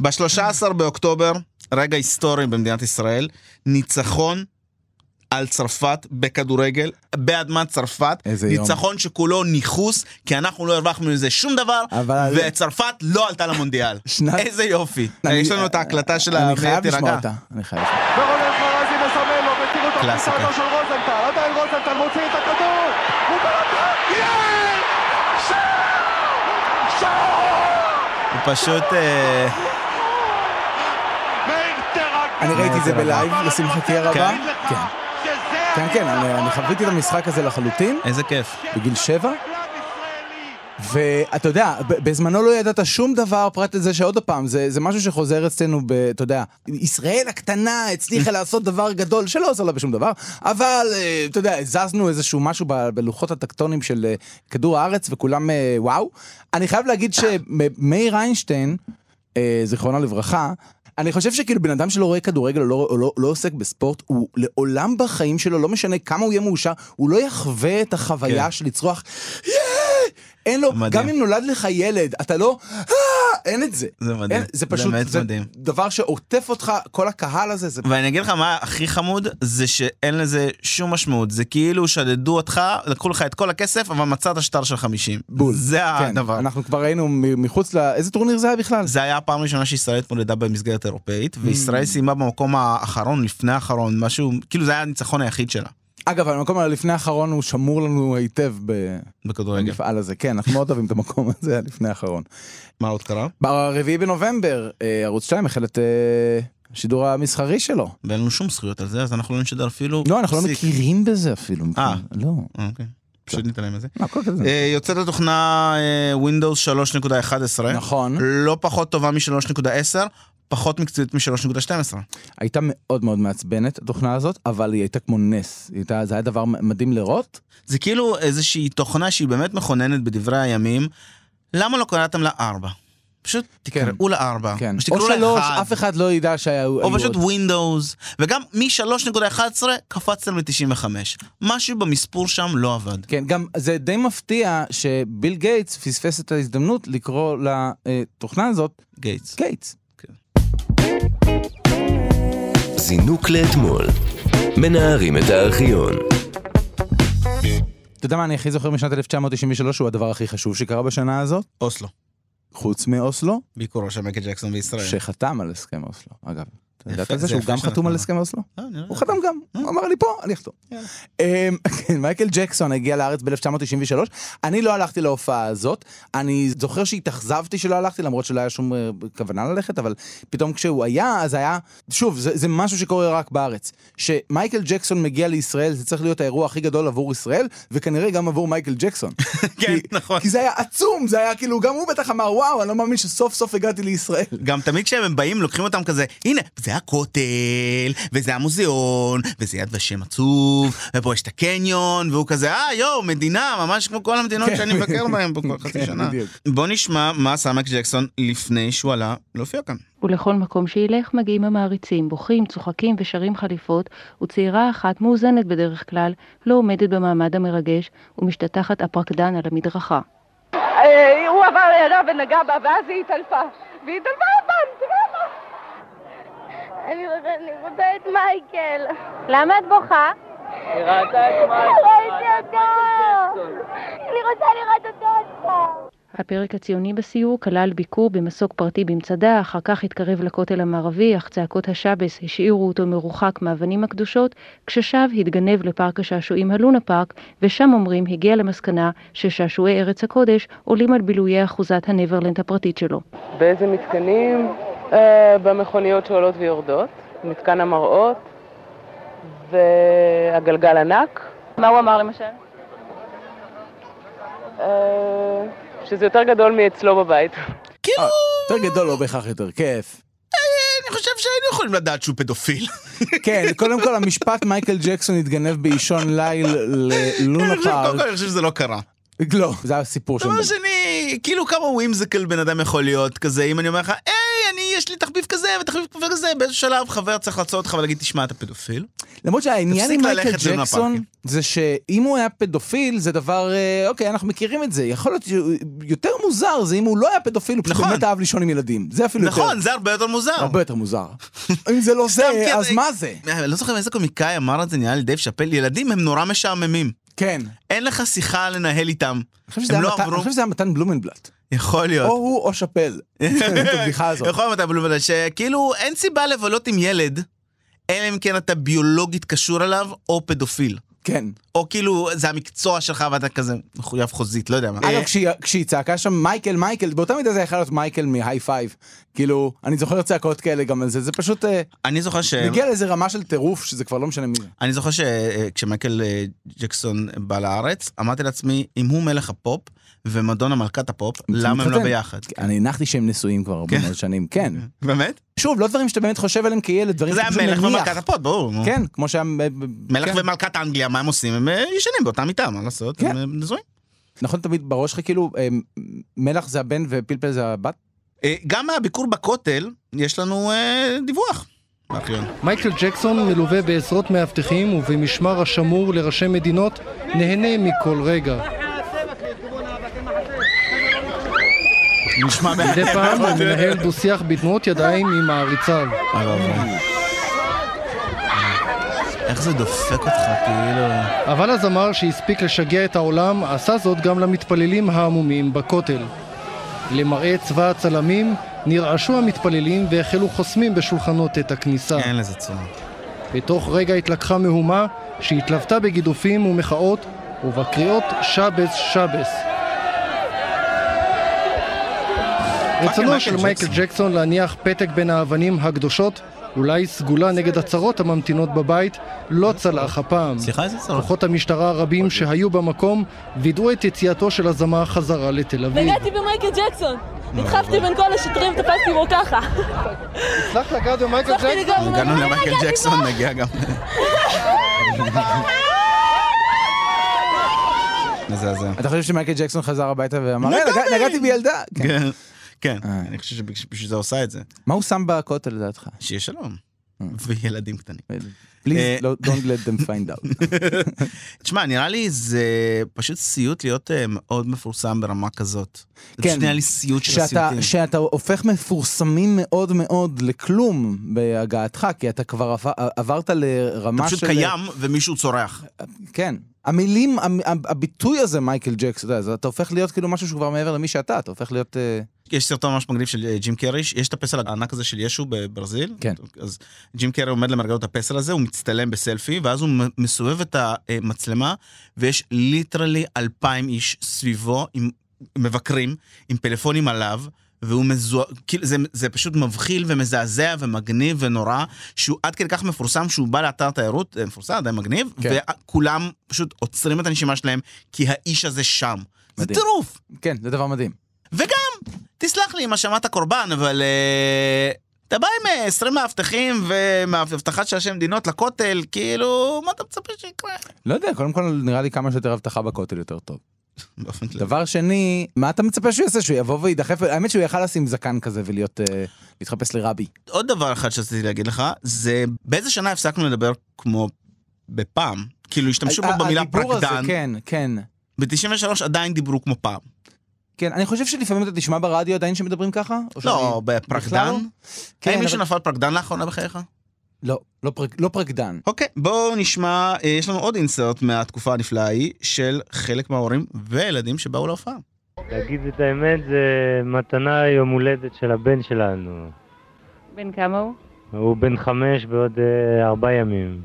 Speaker 3: ב-13 באוקטובר, רגע היסטורי במדינת ישראל, ניצחון על צרפת בכדורגל, באדמת צרפת.
Speaker 2: איזה יום.
Speaker 3: ניצחון שכולו ניכוס, כי אנחנו לא הרווחנו מזה שום דבר,
Speaker 2: אבל-
Speaker 3: וצרפת לא עלתה למונדיאל.
Speaker 2: שנת-
Speaker 3: איזה יופי.
Speaker 2: אני-
Speaker 3: אה, יש לנו את ההקלטה של
Speaker 2: אני
Speaker 3: ה-
Speaker 2: חייב לשמוע
Speaker 3: תירגע.
Speaker 2: אותה, אני חייב לשמוע.
Speaker 6: ורולף מרזי מסמן לו, ותראו את
Speaker 3: קלאסיקה.
Speaker 6: הפריצה של רוזנטל, עדיין רוזנטל מוציא את הכדור, הוא בלטרק, יאיר! שער! שער!
Speaker 3: הוא פשוט... אה,
Speaker 6: מאיר טרק!
Speaker 2: אני ראיתי את זה בלייב,
Speaker 6: אבל אני
Speaker 2: לשמחתי
Speaker 6: רוצה
Speaker 2: הרבה.
Speaker 6: להגיד לך
Speaker 2: כן.
Speaker 6: שזה
Speaker 2: כן, כן, אני
Speaker 6: הניצחון
Speaker 2: אני חוויתי את המשחק הזה לחלוטין,
Speaker 3: איזה כיף.
Speaker 2: בגיל שבע,
Speaker 6: הקלאב ישראלי.
Speaker 2: ואתה יודע, ב- בזמנו לא ידעת שום דבר פרט לזה שעוד פעם, זה זה משהו שחוזר אצלנו, ב- אתה יודע, ישראל הקטנה הצליחה לעשות דבר גדול שלא עוזר לה בשום דבר, אבל אה, אתה יודע, הזזנו איזשהו משהו ב- בלוחות הטקטונים של אה, כדור הארץ, וכולם אה, וואו. אני חייב להגיד שמאיר איינשטיין, אה, זיכרונו לברכה, אני חושב שכאילו בן אדם שלא רואה כדורגל או לא, או לא, לא עוסק בספורט, הוא לעולם בחיים שלו, לא משנה כמה הוא יהיה מאושר, הוא לא יחווה את החוויה
Speaker 3: כן.
Speaker 2: של לצרוח, "יאה!" אין לו,
Speaker 3: מדהים.
Speaker 2: גם אם נולד לך ילד, אתה לא, "אה!" אין את זה.
Speaker 3: זה מדהים.
Speaker 2: אין, זה פשוט,
Speaker 3: באמת
Speaker 2: זה
Speaker 3: מדהים.
Speaker 2: דבר שעוטף אותך, כל הקהל הזה, זה...
Speaker 3: ואני אגיד לך מה הכי חמוד, זה שאין לזה שום משמעות. זה כאילו שדדו אותך, לקחו לך את כל הכסף, אבל מצאת שטר של 50.
Speaker 2: בול.
Speaker 3: זה
Speaker 2: כן,
Speaker 3: הדבר.
Speaker 2: אנחנו כבר היינו מ- מחוץ ל... איזה טורניר זה היה בכלל?
Speaker 3: זה היה הפעם הראשונה שישראל התמודדה במסגרת אירופאית,
Speaker 2: Mm.
Speaker 3: וישראל סיימה במקום האחרון, לפני האחרון, משהו, כאילו זה היה הניצחון היחיד שלה
Speaker 2: אגב, המקום הלפני האחרון הוא שמור לנו היטב ב-
Speaker 3: בכדורגל.
Speaker 2: במפעל הזה. כן, אנחנו מאוד אוהבים את המקום הזה, הלפני האחרון.
Speaker 3: מה עוד קרה?
Speaker 2: ברביעי בנובמבר אה, ערוץ 2 החל את אה, השידור המסחרי שלו.
Speaker 3: ואין לנו שום זכויות על זה, אז אנחנו לא נשדר אפילו...
Speaker 2: לא, אנחנו לא
Speaker 3: פסיק.
Speaker 2: מכירים בזה אפילו.
Speaker 3: אה.
Speaker 2: לא.
Speaker 3: אה, אוקיי, פשוט נתעלם מזה.
Speaker 2: לא, הכל כזה.
Speaker 3: אה, יוצאת התוכנה אה, Windows 3.11.
Speaker 2: נכון.
Speaker 3: לא פחות טובה מ-3.10, פחות מקצועית מ-3.12.
Speaker 2: הייתה מאוד מאוד מעצבנת התוכנה הזאת, אבל היא הייתה כמו נס. היא הייתה, זה היה דבר מדהים לראות.
Speaker 3: זה כאילו איזושהי תוכנה שהיא באמת מכוננת בדברי הימים. למה לא קראתם לה 4? פשוט תקראו לה 4.
Speaker 2: כן. או שלוש, אף אחד לא ידע שהיה...
Speaker 3: או פשוט Windows, וגם מ-3.11 קפצתם ל-95. משהו במספור שם לא עבד.
Speaker 2: כן, גם זה די מפתיע שביל גייטס פספס את ההזדמנות לקרוא לתוכנה הזאת
Speaker 3: גייטס.
Speaker 2: גייטס.
Speaker 1: זינוק לאתמול. מנערים את הארכיון.
Speaker 2: אתה יודע מה אני הכי זוכר משנת 1993, שהוא הדבר הכי חשוב שקרה בשנה הזאת,
Speaker 3: אוסלו.
Speaker 2: חוץ מאוסלו,
Speaker 3: ביקורו של מייקל ג'קסון בישראל.
Speaker 2: שחתם על הסכם אוסלו, אגב. אתה ידעת
Speaker 3: כן. יפה,
Speaker 2: על זה
Speaker 3: זה
Speaker 2: שהוא
Speaker 3: יפה
Speaker 2: גם
Speaker 3: שאנחנו
Speaker 2: חתום על
Speaker 3: לא.
Speaker 2: הסכם אוסלו?
Speaker 3: אה, נראה.
Speaker 2: הוא חתם גם, הוא אמר לי פה, אני אחתום. אמ, כן, מייקל ג'קסון הגיע לארץ ב-1993, אני לא הלכתי להופעה הזאת, אני זוכר שהתאכזבתי שלא הלכתי, למרות שלא היה שום אה, כוונה ללכת, אבל פתאום כשהוא היה, אז היה, שוב, זה, זה משהו שקורה רק בארץ. שמייקל ג'קסון מגיע לישראל, זה צריך להיות האירוע הכי גדול עבור ישראל, וכנראה גם עבור מייקל ג'קסון.
Speaker 3: (laughs) (laughs) כן,
Speaker 2: כי-
Speaker 3: נכון.
Speaker 2: כי זה היה עצום, זה היה כאילו, גם הוא בטח אמר, וואו, אני לא מאמין שסוף סוף הגעתי לישראל.
Speaker 3: גם תמיד כשהם באים, לוקחים אותם כזה, הנה, זה הכותל, וזה המוזיאון, וזה יד ושם עצוב, ופה יש את הקניון, והוא כזה, אה, יואו, מדינה, ממש כמו כל המדינות
Speaker 2: כן,
Speaker 3: שאני מבקר בהן פה כל
Speaker 2: כן,
Speaker 3: חצי שנה.
Speaker 2: בדיוק.
Speaker 3: בוא נשמע מה עשה מייק ג'קסון לפני שהוא עלה להופיע כאן.
Speaker 7: ולכל מקום שילך מגיעים המעריצים, בוכים, צוחקים ושרים חליפות, וצעירה אחת, מאוזנת בדרך כלל, לא עומדת במעמד המרגש, ומשתטחת אפרקדן על המדרכה.
Speaker 4: אה, הוא עבר לידה ונגע בה, ואז היא התעלפה. והיא התעלפה הבן, דרמה.
Speaker 8: אני רוצה, אני רוצה את מייקל. למה את בוכה? היא ראתה את מייקל. ראיתי אותו. אני רוצה לראות אותו עוד פעם.
Speaker 7: הפרק הציוני בסיור כלל ביקור במסוק פרטי במצדה, אחר כך התקרב לכותל המערבי, אך צעקות השבס השאירו אותו מרוחק מהאבנים הקדושות, כששב התגנב לפארק השעשועים הלונה פארק, ושם אומרים הגיע למסקנה ששעשועי ארץ הקודש עולים על בילויי אחוזת הנברלנד הפרטית שלו.
Speaker 4: באיזה מתקנים? אה, במכוניות שעולות ויורדות, מתקן המראות, והגלגל ענק.
Speaker 8: מה הוא אמר למשל?
Speaker 4: אה, שזה יותר גדול מאצלו בבית.
Speaker 2: אה, יותר גדול, לא בהכרח יותר כיף.
Speaker 3: כאילו, אני חושב שהיינו יכולים לדעת שהוא פדופיל.
Speaker 2: כן, קודם כל המשפט מייקל ג'קסון התגנב באישון ליל ללונה
Speaker 3: אני חושב, (laughs) קודם כל,
Speaker 2: פארק.
Speaker 3: אני חושב שזה כן, לא קרה.
Speaker 2: לא, זה הסיפור שם.
Speaker 3: דבר שני, כאילו כמה ווימזיקל בן אדם יכול להיות כזה, אם אני אומר לך, היי, אני, יש לי תחביב כזה ותחביב כזה, באיזשהו שלב חבר צריך לעצור אותך ולהגיד, תשמע, אתה פדופיל?
Speaker 2: למרות שהעניין עם
Speaker 3: תפסיק
Speaker 2: מייקל
Speaker 3: ללכת ללונה
Speaker 2: ג'קסון
Speaker 3: פארק.
Speaker 2: זה שאם הוא היה פדופיל זה דבר, אה, אוקיי, אנחנו מכירים את זה. יכול להיות שיותר מוזר זה אם הוא לא היה פדופיל, הוא פשוט
Speaker 3: נכון.
Speaker 2: באמת אהב לישון עם ילדים. זה אפילו יותר.
Speaker 3: נכון, זה הרבה יותר מוזר.
Speaker 2: הרבה יותר מוזר. אם זה לא
Speaker 3: (laughs) סתם, כן,
Speaker 2: זה, אז מה זה?
Speaker 3: אני לא זוכר איזה קומיקאי אמר את זה, נראה לי דייב שאפל, ילדים הם נורא משעממים.
Speaker 2: כן.
Speaker 3: אין לך שיחה לנהל איתם.
Speaker 2: אני חושב שזה
Speaker 3: הם
Speaker 2: היה
Speaker 3: לא
Speaker 2: מתן- אני
Speaker 3: עברו...
Speaker 2: חושב שזה היה מתן בלומנבלט.
Speaker 3: יכול
Speaker 2: או
Speaker 3: להיות.
Speaker 2: הוא או
Speaker 3: (laughs)
Speaker 2: שאפל. את הבדיחה הזאת.
Speaker 3: יכול להיות, אבל אבל שכאילו אין סיבה לבלות עם ילד, אלא אם כן אתה ביולוגית קשור אליו, או פדופיל.
Speaker 2: כן.
Speaker 3: או כאילו זה המקצוע שלך ואתה כזה מחויב חוזית, לא יודע מה.
Speaker 2: אגב, כשהיא- כשהיא צעקה שם מייקל, מייקל, באותה מידה זה יכול להיות מייקל מהי פייב. כאילו, אני זוכר צעקות כאלה גם על זה, זה פשוט אה,
Speaker 3: אני זוכר ש...
Speaker 2: מגיע לאיזה רמה של טירוף, שזה כבר לא משנה מי זה.
Speaker 3: אני זוכר שכשמייקל אה, ג'קסון בא לארץ, אמרתי לעצמי, אם הוא מלך הפופ ומדונה מלכת הפופ, למה הם לא
Speaker 2: מתחתן.
Speaker 3: ביחד?
Speaker 2: אני הנחתי שהם נשואים כבר הרבה
Speaker 3: כן.
Speaker 2: מאוד שנים, כן.
Speaker 3: באמת?
Speaker 2: שוב, לא דברים שאתה באמת חושב עליהם כילד, דברים
Speaker 3: זה
Speaker 2: שאתה פשוט
Speaker 3: המלך ומלכת
Speaker 2: מניח.
Speaker 3: הפופ, ברור. נו.
Speaker 2: כן, כמו שהיה...
Speaker 3: מלך
Speaker 2: כן.
Speaker 3: ומלכת אנגליה, מה הם עושים? הם אה, ישנים באותה מיטה, מה לעשות?
Speaker 2: כן.
Speaker 3: הם אה, נשואים.
Speaker 2: נכון תמיד בראש שלך, כאילו, אה, מלח זה הבן ופלפל זה הבת?
Speaker 3: אה, גם מהביקור בכותל, יש לנו אה, דיווח. בארכיון.
Speaker 9: מייקל ג'קסון מלווה בעשרות מאבטחים ובמשמר השמור לראשי מדינות נהנה מכל רגע.
Speaker 3: נשמע מעניין.
Speaker 9: מדי
Speaker 3: (laughs)
Speaker 9: פעם הוא מנהל דו-שיח בתנועות ידיים עם מעריציו.
Speaker 3: איך זה דופק אותך, כאילו...
Speaker 2: אה.
Speaker 9: אבל הזמר שהספיק לשגע את העולם עשה זאת גם למתפללים העמומים בכותל. למראה צבא הצלמים נרעשו המתפללים והחלו חוסמים בשולחנות את הכניסה.
Speaker 3: אין לזה צורה.
Speaker 9: בתוך רגע התלקחה מהומה שהתלוותה בגידופים ומחאות ובקריאות שבס שבס. רצונו
Speaker 3: מייקל
Speaker 9: של מייקל
Speaker 3: ג'קסון.
Speaker 9: ג'קסון להניח פתק בין האבנים הקדושות, אולי סגולה נגד הצרות הממתינות בבית, לא צלח הפעם.
Speaker 3: סליחה, איזה צורה?
Speaker 2: נכון.
Speaker 9: כוחות המשטרה הרבים שהיו במקום וידאו את יציאתו של הזמר חזרה לתל אביב.
Speaker 8: נגעתי במייקל ג'קסון. נדחפתי בין כל השוטרים, תפסתי בו ככה.
Speaker 9: הצלחת לגעת במייקל
Speaker 8: הצלחתי לגעת בו.
Speaker 3: הגענו
Speaker 2: אה,
Speaker 8: לא
Speaker 3: למייקל
Speaker 8: נגעתי
Speaker 3: ג'קסון,
Speaker 8: בו.
Speaker 3: נגיע גם... מזעזע.
Speaker 2: אתה חושב שמייקל ג'קסון חזר הביתה ואמר, "אה,
Speaker 3: נגע
Speaker 2: נגע-
Speaker 3: בי."
Speaker 2: נגעתי בילדה? כן.
Speaker 3: כן, כן,
Speaker 2: אה.
Speaker 3: אני חושב שבשביל זה עושה את זה.
Speaker 2: מה הוא שם בכותל לדעתך?
Speaker 3: שיהיה שלום. וילדים קטנים. אה,
Speaker 2: Please לא- don't let them find out.
Speaker 3: תשמע, נראה לי זה פשוט סיוט להיות אה, מאוד מפורסם ברמה כזאת. זה
Speaker 2: כן.
Speaker 3: פשוט נראה לי סיוט של
Speaker 2: שאתה,
Speaker 3: הסיוטים.
Speaker 2: שאתה הופך מפורסמים מאוד מאוד לכלום בהגעתך, כי אתה כבר עבר, עברת לרמה
Speaker 3: אתה פשוט
Speaker 2: של... אה,
Speaker 3: קיים ומישהו צורח.
Speaker 2: כן. המילים, המ- הביטוי הזה, מייקל ג'קסון, אתה יודע, אתה הופך להיות כאילו משהו שהוא כבר מעבר למי שאתה, אתה הופך להיות... אה,
Speaker 3: יש סרטון ממש מגניב של אה, ג'ים קרי, יש את הפסל הענק הזה של ישו בברזיל.
Speaker 2: כן.
Speaker 3: אז ג'ים קרי עומד למרגלות הפסל הזה, הוא מצטלם בסלפי, ואז הוא מ- מסובב את המצלמה, ויש ליטרלי אלפיים איש סביבו, עם מבקרים, עם פלאפונים עליו. והוא מזוהה, כאילו זה, זה פשוט מבחיל ומזעזע ומגניב ונורא, שהוא עד כדי כך מפורסם שהוא בא לאתר תיירות, אה, מפורסם, די מגניב,
Speaker 2: כן.
Speaker 3: וכולם פשוט עוצרים את הנשימה שלהם, כי האיש הזה שם. זה
Speaker 2: מדהים.
Speaker 3: טירוף.
Speaker 2: כן, זה דבר מדהים.
Speaker 3: וגם, תסלח לי אם האשמת הקורבן, אבל אה, אתה בא עם אה, 20 מאבטחים ומהאבטחת של ראשי מדינות לכותל, כאילו, מה אתה מצפה שיקרה?
Speaker 2: לא יודע, קודם כל נראה לי כמה שיותר אבטחה בכותל יותר טוב.
Speaker 3: באופן כללי.
Speaker 2: דבר שני, מה אתה מצפה שהוא יעשה? שהוא יבוא וידחף? האמת שהוא יכל לשים זקן כזה ולהיות... אה, להתחפש לרבי.
Speaker 3: עוד דבר אחד שרציתי להגיד לך, זה באיזה שנה הפסקנו לדבר כמו בפעם? כאילו, השתמשו בו
Speaker 2: ה- ה-
Speaker 3: במילה
Speaker 2: הדיבור הזה,
Speaker 3: פרקדן.
Speaker 2: כן, כן.
Speaker 3: ב-93 עדיין דיברו כמו פעם.
Speaker 2: כן, אני חושב שלפעמים אתה תשמע ברדיו עדיין שמדברים ככה? או
Speaker 3: לא,
Speaker 2: שאני- בכלל
Speaker 3: בפרקדן?
Speaker 2: לא? כן,
Speaker 3: האם מישהו
Speaker 2: אבל-
Speaker 3: נפל פרקדן לאחרונה בחייך?
Speaker 2: לא, לא פרק- לא פרקדן.
Speaker 3: אוקיי, בואו נשמע, אה, יש לנו עוד אינסרט מהתקופה הנפלאה ההיא של חלק מההורים והילדים שבאו להופעה.
Speaker 10: להגיד את האמת זה מתנה יום הולדת של הבן שלנו.
Speaker 11: בן כמה הוא?
Speaker 10: הוא בן חמש בעוד אה, ארבעה ימים.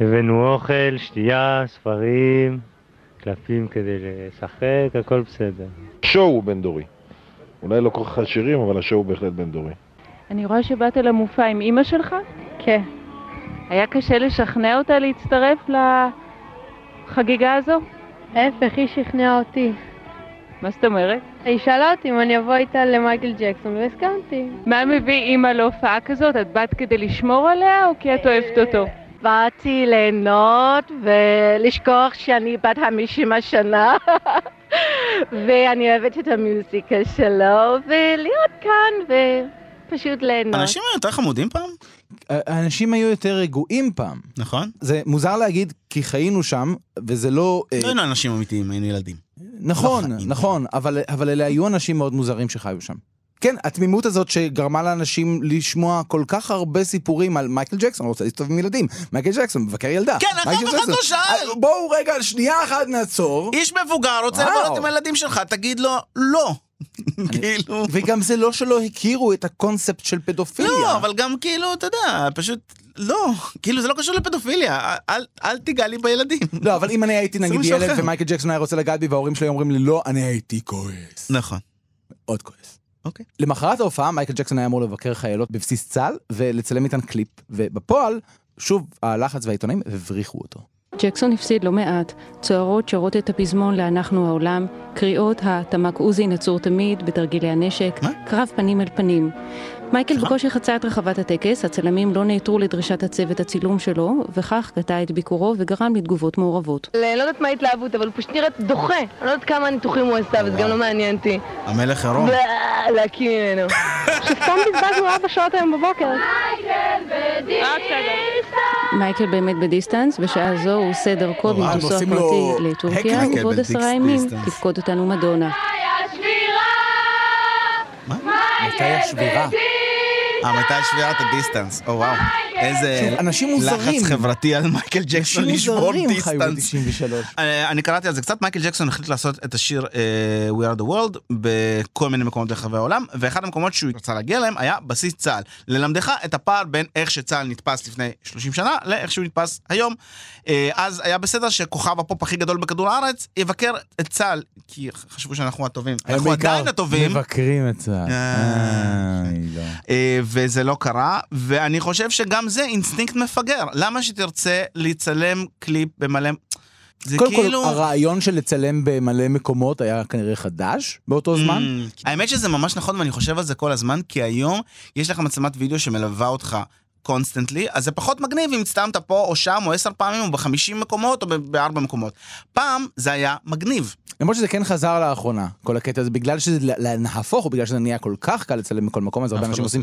Speaker 10: הבאנו אוכל, שתייה, ספרים, קלפים כדי לשחק, הכל בסדר.
Speaker 12: השואו הוא בין דורי. אולי לא כל כך עשירים, אבל השואו הוא בהחלט בין דורי.
Speaker 11: אני רואה שבאת למופע עם אימא שלך? כן. היה קשה לשכנע אותה להצטרף לחגיגה הזו?
Speaker 13: להפך, היא שכנעה אותי.
Speaker 11: מה זאת אומרת?
Speaker 13: היא שאלה אותי אם אני אבוא איתה למייקל ג'קסון, והסכמתי.
Speaker 11: מה מביא אימא להופעה כזאת? את באת כדי לשמור עליה או כי את אוהבת אותו?
Speaker 8: באתי ליהנות ולשכוח שאני בת 50 השנה (laughs) ואני אוהבת את המוזיקה שלו ולהיות כאן ופשוט ליהנות.
Speaker 3: אנשים היו יותר חמודים פעם?
Speaker 2: האנשים היו יותר רגועים פעם.
Speaker 3: נכון.
Speaker 2: זה מוזר להגיד, כי חיינו שם, וזה לא... אה,
Speaker 3: לא היינו אנשים אמיתיים, היינו ילדים.
Speaker 2: נכון, נכון, אבל, אבל אלה היו אנשים מאוד מוזרים שחיו שם. כן, התמימות הזאת שגרמה לאנשים לשמוע כל כך הרבה סיפורים על מייקל ג'קסון, רוצה להסתובב עם ילדים, מייקל ג'קסון, מבקר ילדה.
Speaker 3: כן, אחר
Speaker 2: מייקל
Speaker 3: כך
Speaker 2: ג'קסון.
Speaker 3: אתה שאל.
Speaker 2: אז בואו רגע, שנייה אחת נעצור.
Speaker 3: איש מבוגר רוצה לבלות עם הילדים שלך, תגיד לו לא. כאילו...
Speaker 2: וגם זה לא שלא הכירו את הקונספט של פדופיליה.
Speaker 3: לא, אבל גם כאילו, אתה יודע, פשוט לא. כאילו, זה לא קשור לפדופיליה, אל- אל תיגע לי בילדים.
Speaker 2: לא, אבל אם אני הייתי
Speaker 3: זה
Speaker 2: נגיד
Speaker 3: מישהו
Speaker 2: ילד
Speaker 3: אחר.
Speaker 2: ומייקל ג'קסון היה רוצה לגעת בי וההורים שלי אומרים לי לא, אני הייתי כועס.
Speaker 3: נכון.
Speaker 2: מאוד כועס.
Speaker 3: אוקיי.
Speaker 2: למחרת ההופעה מייקל ג'קסון היה אמור לבקר חיילות בבסיס צה"ל ולצלם איתן קליפ, ובפועל, שוב, הלחץ והעיתונאים הבריחו אותו.
Speaker 7: ג'קסון הפסיד לא מעט. צוערות שרות את הפזמון ל"אנחנו העולם", קריאות ה"תמ"ק עוזי נצור תמיד" בתרגילי הנשק, קרב פנים אל פנים. מייקל בקושי חצה את רחבת הטקס, הצלמים לא נעתרו לדרישת הצוות הצילום שלו, וכך קטע את ביקורו וגרם לתגובות מעורבות.
Speaker 8: לא יודעת מה ההתלהבות, אבל הוא פשוט נראה דוחה. אני לא יודעת כמה ניתוחים הוא עשה, וזה גם לא מעניין אותי.
Speaker 3: המלך עירום.
Speaker 8: בלה, להקיא ממנו. שסתם בזבזנו ארבע שעות היום בבוקר. מייקל
Speaker 11: אוקיי.
Speaker 7: מייקל באמת בדיסטנס, בשעה זו הוא עושה דרכו
Speaker 8: נורא,
Speaker 7: במטוסו
Speaker 8: עושים לו
Speaker 7: הפרטי
Speaker 8: hack
Speaker 7: לטורקיה,
Speaker 8: מייקל
Speaker 7: ובעוד
Speaker 8: בדיסטנס.
Speaker 7: עשרה ימים תפקוד אותנו מדונה.
Speaker 3: מתי
Speaker 2: אה,
Speaker 3: השבירה? אה, מתי השבירת הדיסטנס? או וואו. איזה
Speaker 2: כן, אנשים מוזרים.
Speaker 3: לחץ חברתי על מייקל
Speaker 2: אנשים
Speaker 3: ג'קסון לשבור
Speaker 2: מוזרים חיו
Speaker 3: דיסטנס.
Speaker 2: ב-93.
Speaker 3: אה, אני קראתי על זה קצת, מייקל ג'קסון החליט לעשות את השיר אה, We are the world בכל מיני מקומות ברחבי העולם, ואחד המקומות שהוא רצה להגיע אליהם היה בסיס צה"ל. ללמדך את הפער בין איך שצה"ל נתפס לפני 30 שנה לאיך שהוא נתפס היום. אה, אז היה בסדר שכוכב הפופ הכי גדול בכדור הארץ יבקר את צה"ל, כי חשבו שאנחנו הטובים.
Speaker 2: הם
Speaker 3: אנחנו
Speaker 2: בעיקר
Speaker 3: עדיין הטובים.
Speaker 2: מבקרים את צה"ל.
Speaker 3: אה,
Speaker 2: איי, לא.
Speaker 3: אה, וזה לא קרה, ואני חושב שגם זה אינסטינקט מפגר. למה שתרצה לצלם קליפ במלא... זה
Speaker 2: קודם כל,
Speaker 3: כאילו...
Speaker 2: הרעיון של לצלם במלא מקומות היה כנראה חדש באותו זמן.
Speaker 3: Mm, האמת שזה ממש נכון ואני חושב על זה כל הזמן, כי היום יש לך מצלמת וידאו שמלווה אותך. קונסטנטלי, אז זה פחות מגניב אם הצטלמת פה או שם או עשר פעמים או בחמישים מקומות או ב- בארבע מקומות. פעם זה היה מגניב.
Speaker 2: למרות שזה כן חזר לאחרונה, כל הקטע הזה, בגלל שזה, ל- ל- נהפוך, הוא בגלל שזה נהיה כל כך קל לצלם מכל מקום, אז הרבה
Speaker 3: אף אחד
Speaker 2: אנשים עושים...
Speaker 3: לא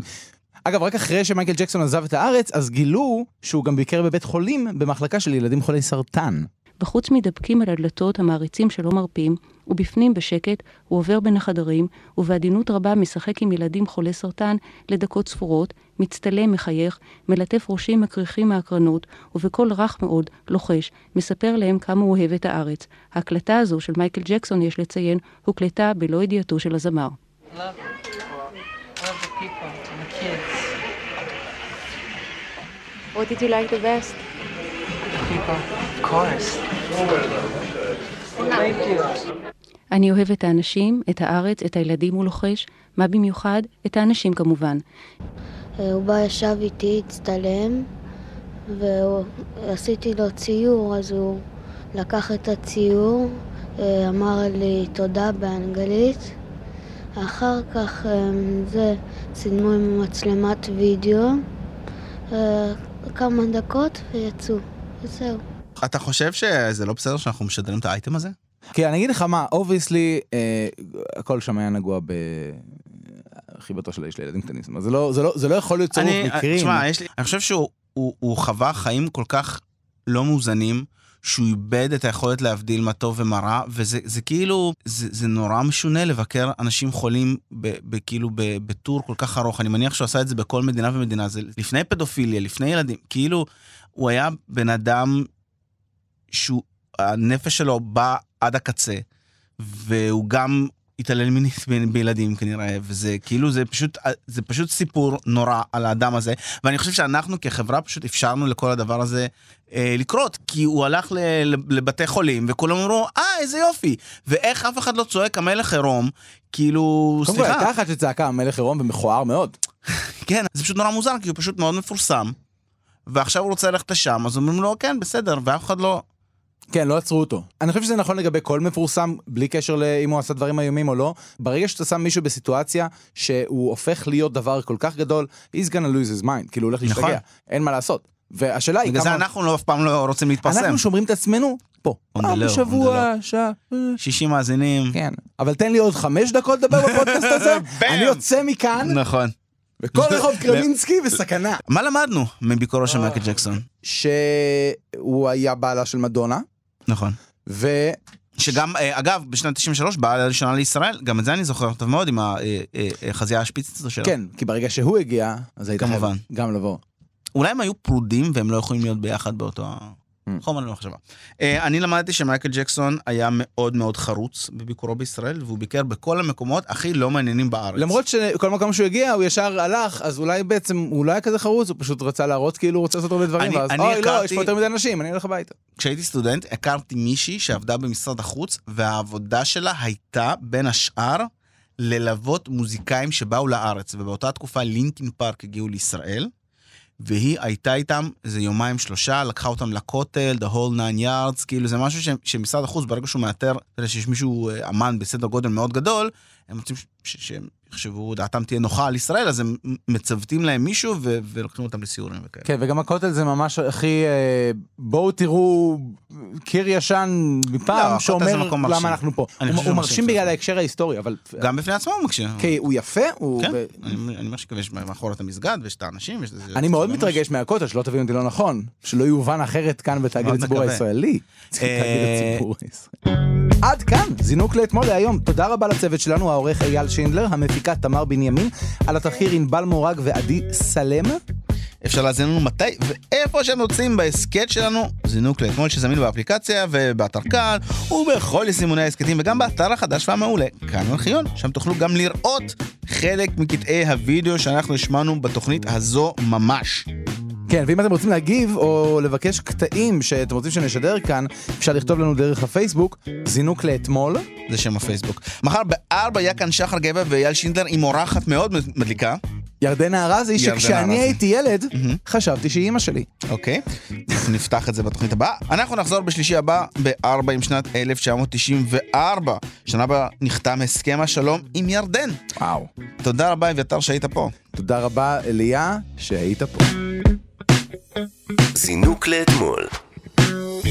Speaker 2: אגב, רק אחרי שמייקל ג'קסון עזב את הארץ, אז גילו שהוא גם ביקר בבית חולים במחלקה של ילדים חולי סרטן.
Speaker 7: בחוץ מתדפקים על הדלתות המעריצים שלא מרפים, ובפנים בשקט הוא עובר בין החדרים, ובעדינות רבה משחק עם ילדים חולי סרטן לדקות ספורות, מצטלם, מחייך, מלטף ראשים מקריחים מהקרנות, ובקול רך מאוד, לוחש, מספר להם כמה הוא אוהב את הארץ. ההקלטה הזו של מייקל ג'קסון, יש לציין, הוקלטה בלא ידיעתו של הזמר.
Speaker 14: Love the people. Love the people and the kids.
Speaker 8: What did you like the best?
Speaker 14: People. Of course. Thank you.
Speaker 7: אני אוהב את האנשים, את הארץ, את הילדים, הוא לוחש, מה במיוחד? את האנשים כמובן.
Speaker 15: אה, הוא בא, ישב איתי, הצטלם, ועשיתי לו ציור, אז הוא לקח את הציור, אה, אמר לי תודה באנגלית. אחר כך אה, זה, צילמו עם מצלמת וידאו, אה, כמה דקות ויצאו, וזהו.
Speaker 3: אתה חושב שזה לא בסדר שאנחנו משדרים את האייטם הזה?
Speaker 2: כי אני אגיד לך מה, אובייסלי, אה, הכל שם היה נגוע ב... חיבתו של האיש לילדים קטנים. זאת אומרת, זה לא, זה לא, זה לא יכול להיות צירוף
Speaker 3: אני-
Speaker 2: מקרים.
Speaker 3: תשמע, יש לי... אני חושב שהוא הוא, הוא חווה חיים כל כך לא מאוזנים, שהוא איבד את היכולת להבדיל מה טוב ומה רע, וזה זה כאילו, זה, זה נורא משונה לבקר אנשים חולים ב, ב, כאילו ב, בטור כל כך ארוך. אני מניח שהוא עשה את זה בכל מדינה ומדינה. זה לפני פדופיליה, לפני ילדים. כאילו, הוא היה בן אדם שהוא, הנפש שלו באה עד הקצה, והוא גם התעלל מינית ב- בילדים כנראה, וזה כאילו, זה פשוט, זה פשוט סיפור נורא על האדם הזה, ואני חושב שאנחנו כחברה פשוט אפשרנו לכל הדבר הזה אה, לקרות, כי הוא הלך ל, ל- לבתי חולים, וכולם אמרו, אה, איזה יופי, ואיך אף אחד לא צועק המלך עירום, כאילו,
Speaker 2: קודם כל,
Speaker 3: סליחה.
Speaker 2: הייתה אחת שצעקה המלך עירום ומכוער מאוד.
Speaker 3: כן, זה פשוט נורא מוזר, כי הוא פשוט מאוד מפורסם, ועכשיו הוא רוצה ללכת לשם, אז אומרים לו, כן, בסדר, ואף אחד לא...
Speaker 2: כן, לא עצרו אותו. אני חושב שזה נכון לגבי כל מפורסם, בלי קשר לאם הוא עשה דברים איומים או לא. ברגע שאתה שם מישהו בסיטואציה שהוא הופך להיות דבר כל כך גדול, he's gonna lose his mind, כאילו הוא הולך
Speaker 3: נכון.
Speaker 2: להשתגע. אין מה לעשות. והשאלה היא
Speaker 3: בגלל זה
Speaker 2: כמה...
Speaker 3: אנחנו לא- אף פעם לא רוצים להתפרסם.
Speaker 2: אנחנו שומרים את עצמנו פה.
Speaker 3: On the
Speaker 2: פעם
Speaker 3: low, on the
Speaker 2: בשבוע,
Speaker 3: low.
Speaker 2: שעה.
Speaker 3: 60 מאזינים.
Speaker 2: כן. אבל תן לי עוד חמש דקות לדבר
Speaker 3: (laughs)
Speaker 2: בפודקאסט הזה, אני יוצא מכאן,
Speaker 3: נכון.
Speaker 2: וכל רחוב קרמינסקי בסכנה.
Speaker 3: מה למדנו מביקורו
Speaker 2: אה.
Speaker 3: של מייקל ג'קסון?
Speaker 2: שהוא היה בעלה של מדונה.
Speaker 3: נכון.
Speaker 2: ו...
Speaker 3: שגם, אה, אגב, בשנת 93 באה לראשונה לישראל, גם את זה אני זוכר טוב מאוד עם אה, החזייה השפיצית הזו שלו.
Speaker 2: כן, כי ברגע שהוא הגיע, אז היית חייב
Speaker 3: כמובן.
Speaker 2: גם לבוא.
Speaker 3: אולי הם היו פרודים והם לא יכולים להיות ביחד באותו ה-
Speaker 2: Mm.
Speaker 3: חומר למחשבה. אה, אני למדתי שמייקל ג'קסון היה מאוד מאוד חרוץ בביקורו בישראל, והוא ביקר בכל המקומות הכי לא מעניינים בארץ.
Speaker 2: למרות שכל מקום שהוא הגיע, הוא ישר הלך, אז אולי בעצם, הוא לא היה כזה חרוץ, הוא פשוט רצה להראות כאילו הוא רוצה לעשות הרבה דברים,
Speaker 3: אני-
Speaker 2: ואז
Speaker 3: אני
Speaker 2: אוי לא,
Speaker 3: הכרתי-
Speaker 2: יש פה יותר מדי אנשים, אני הולך הביתה.
Speaker 3: כשהייתי סטודנט, הכרתי מישהי שעבדה במשרד החוץ, והעבודה שלה הייתה, בין השאר, ללוות מוזיקאים שבאו לארץ, ובאותה תקופה לינקין פארק הגיעו לישראל, והיא הייתה איתם איזה יומיים שלושה, לקחה אותם לכותל, the whole nine yards, כאילו זה משהו ש- שמשרד החוץ, ברגע שהוא מאתר, אתה יודע שיש מישהו, אה, אמן בסדר גודל מאוד גדול, הם רוצים ש- ש- שהם יחשבו, דעתם תהיה נוחה על ישראל, אז הם מצוותים להם מישהו ו- ולוקחים אותם לסיורים וכאלה.
Speaker 2: כן, וגם הכותל זה ממש הכי, אה, בואו תראו קיר ישן
Speaker 3: לא,
Speaker 2: מפעם
Speaker 3: הכותל זה
Speaker 2: שאומר
Speaker 3: מקום מרשים.
Speaker 2: למה אנחנו פה.
Speaker 3: אני
Speaker 2: הוא
Speaker 3: חושב
Speaker 2: הוא
Speaker 3: שהוא
Speaker 2: מרשים
Speaker 3: מרשים,
Speaker 2: בגלל ההקשר ההיסטורי, אבל...
Speaker 3: גם בפני עצמו הוא מקשה.
Speaker 2: כי הוא יפה, הוא...
Speaker 3: כן,
Speaker 2: ב-
Speaker 3: אני אני ממש מקווה שמאחור את המסגד ויש את האנשים. ויש את זה-
Speaker 2: אני מאוד
Speaker 3: ממש-
Speaker 2: מתרגש מהכותל, שלא תבינו אותי לא נכון, שלא יובן אחרת כאן בתאגיד
Speaker 3: מאוד
Speaker 2: הציבור
Speaker 3: מקווה.
Speaker 2: הישראלי. צריך
Speaker 3: אה,
Speaker 2: להגיד הציבור הישראלי. עד כאן, זינוק לאתמול להיום. תודה רבה לצוות שלנו, העורך אייל שינדלר, המפיקה תמר בנימין, על התחקיר ענבל מורג ועדי סלם.
Speaker 3: אפשר להזין לנו מתי ואיפה שהם רוצים בהסכת שלנו, זינוק לאתמול שזמין באפליקציה ובאתר כאן ובכל סימוני ההסכתים וגם באתר החדש והמעולה, כאן ארכיון, שם תוכלו גם לראות חלק מקטעי הוידאו שאנחנו השמענו בתוכנית הזו ממש.
Speaker 2: כן, ואם אתם רוצים להגיב או לבקש קטעים שאתם רוצים שנשדר כאן, אפשר לכתוב לנו דרך הפייסבוק, זינוק לאתמול.
Speaker 3: זה שם הפייסבוק. מחר בארבע יהיה כאן שחר גבע ואייל שינדלר עם אורחת מאוד מדליקה.
Speaker 2: ירדנה ארזי,
Speaker 3: ירדנה
Speaker 2: שכשאני
Speaker 3: ארזי.
Speaker 2: הייתי ילד, חשבתי שהיא אימא שלי.
Speaker 3: אוקיי, אז נפתח את זה בתוכנית הבאה. אנחנו נחזור בשלישי הבא ב-4 עם שנת 1994. שנה בה נחתם הסכם השלום עם ירדן.
Speaker 2: וואו.
Speaker 3: תודה רבה, אביתר, שהיית פה.
Speaker 2: תודה רבה, אליה, שהיית פה.
Speaker 1: זינוק לאתמול.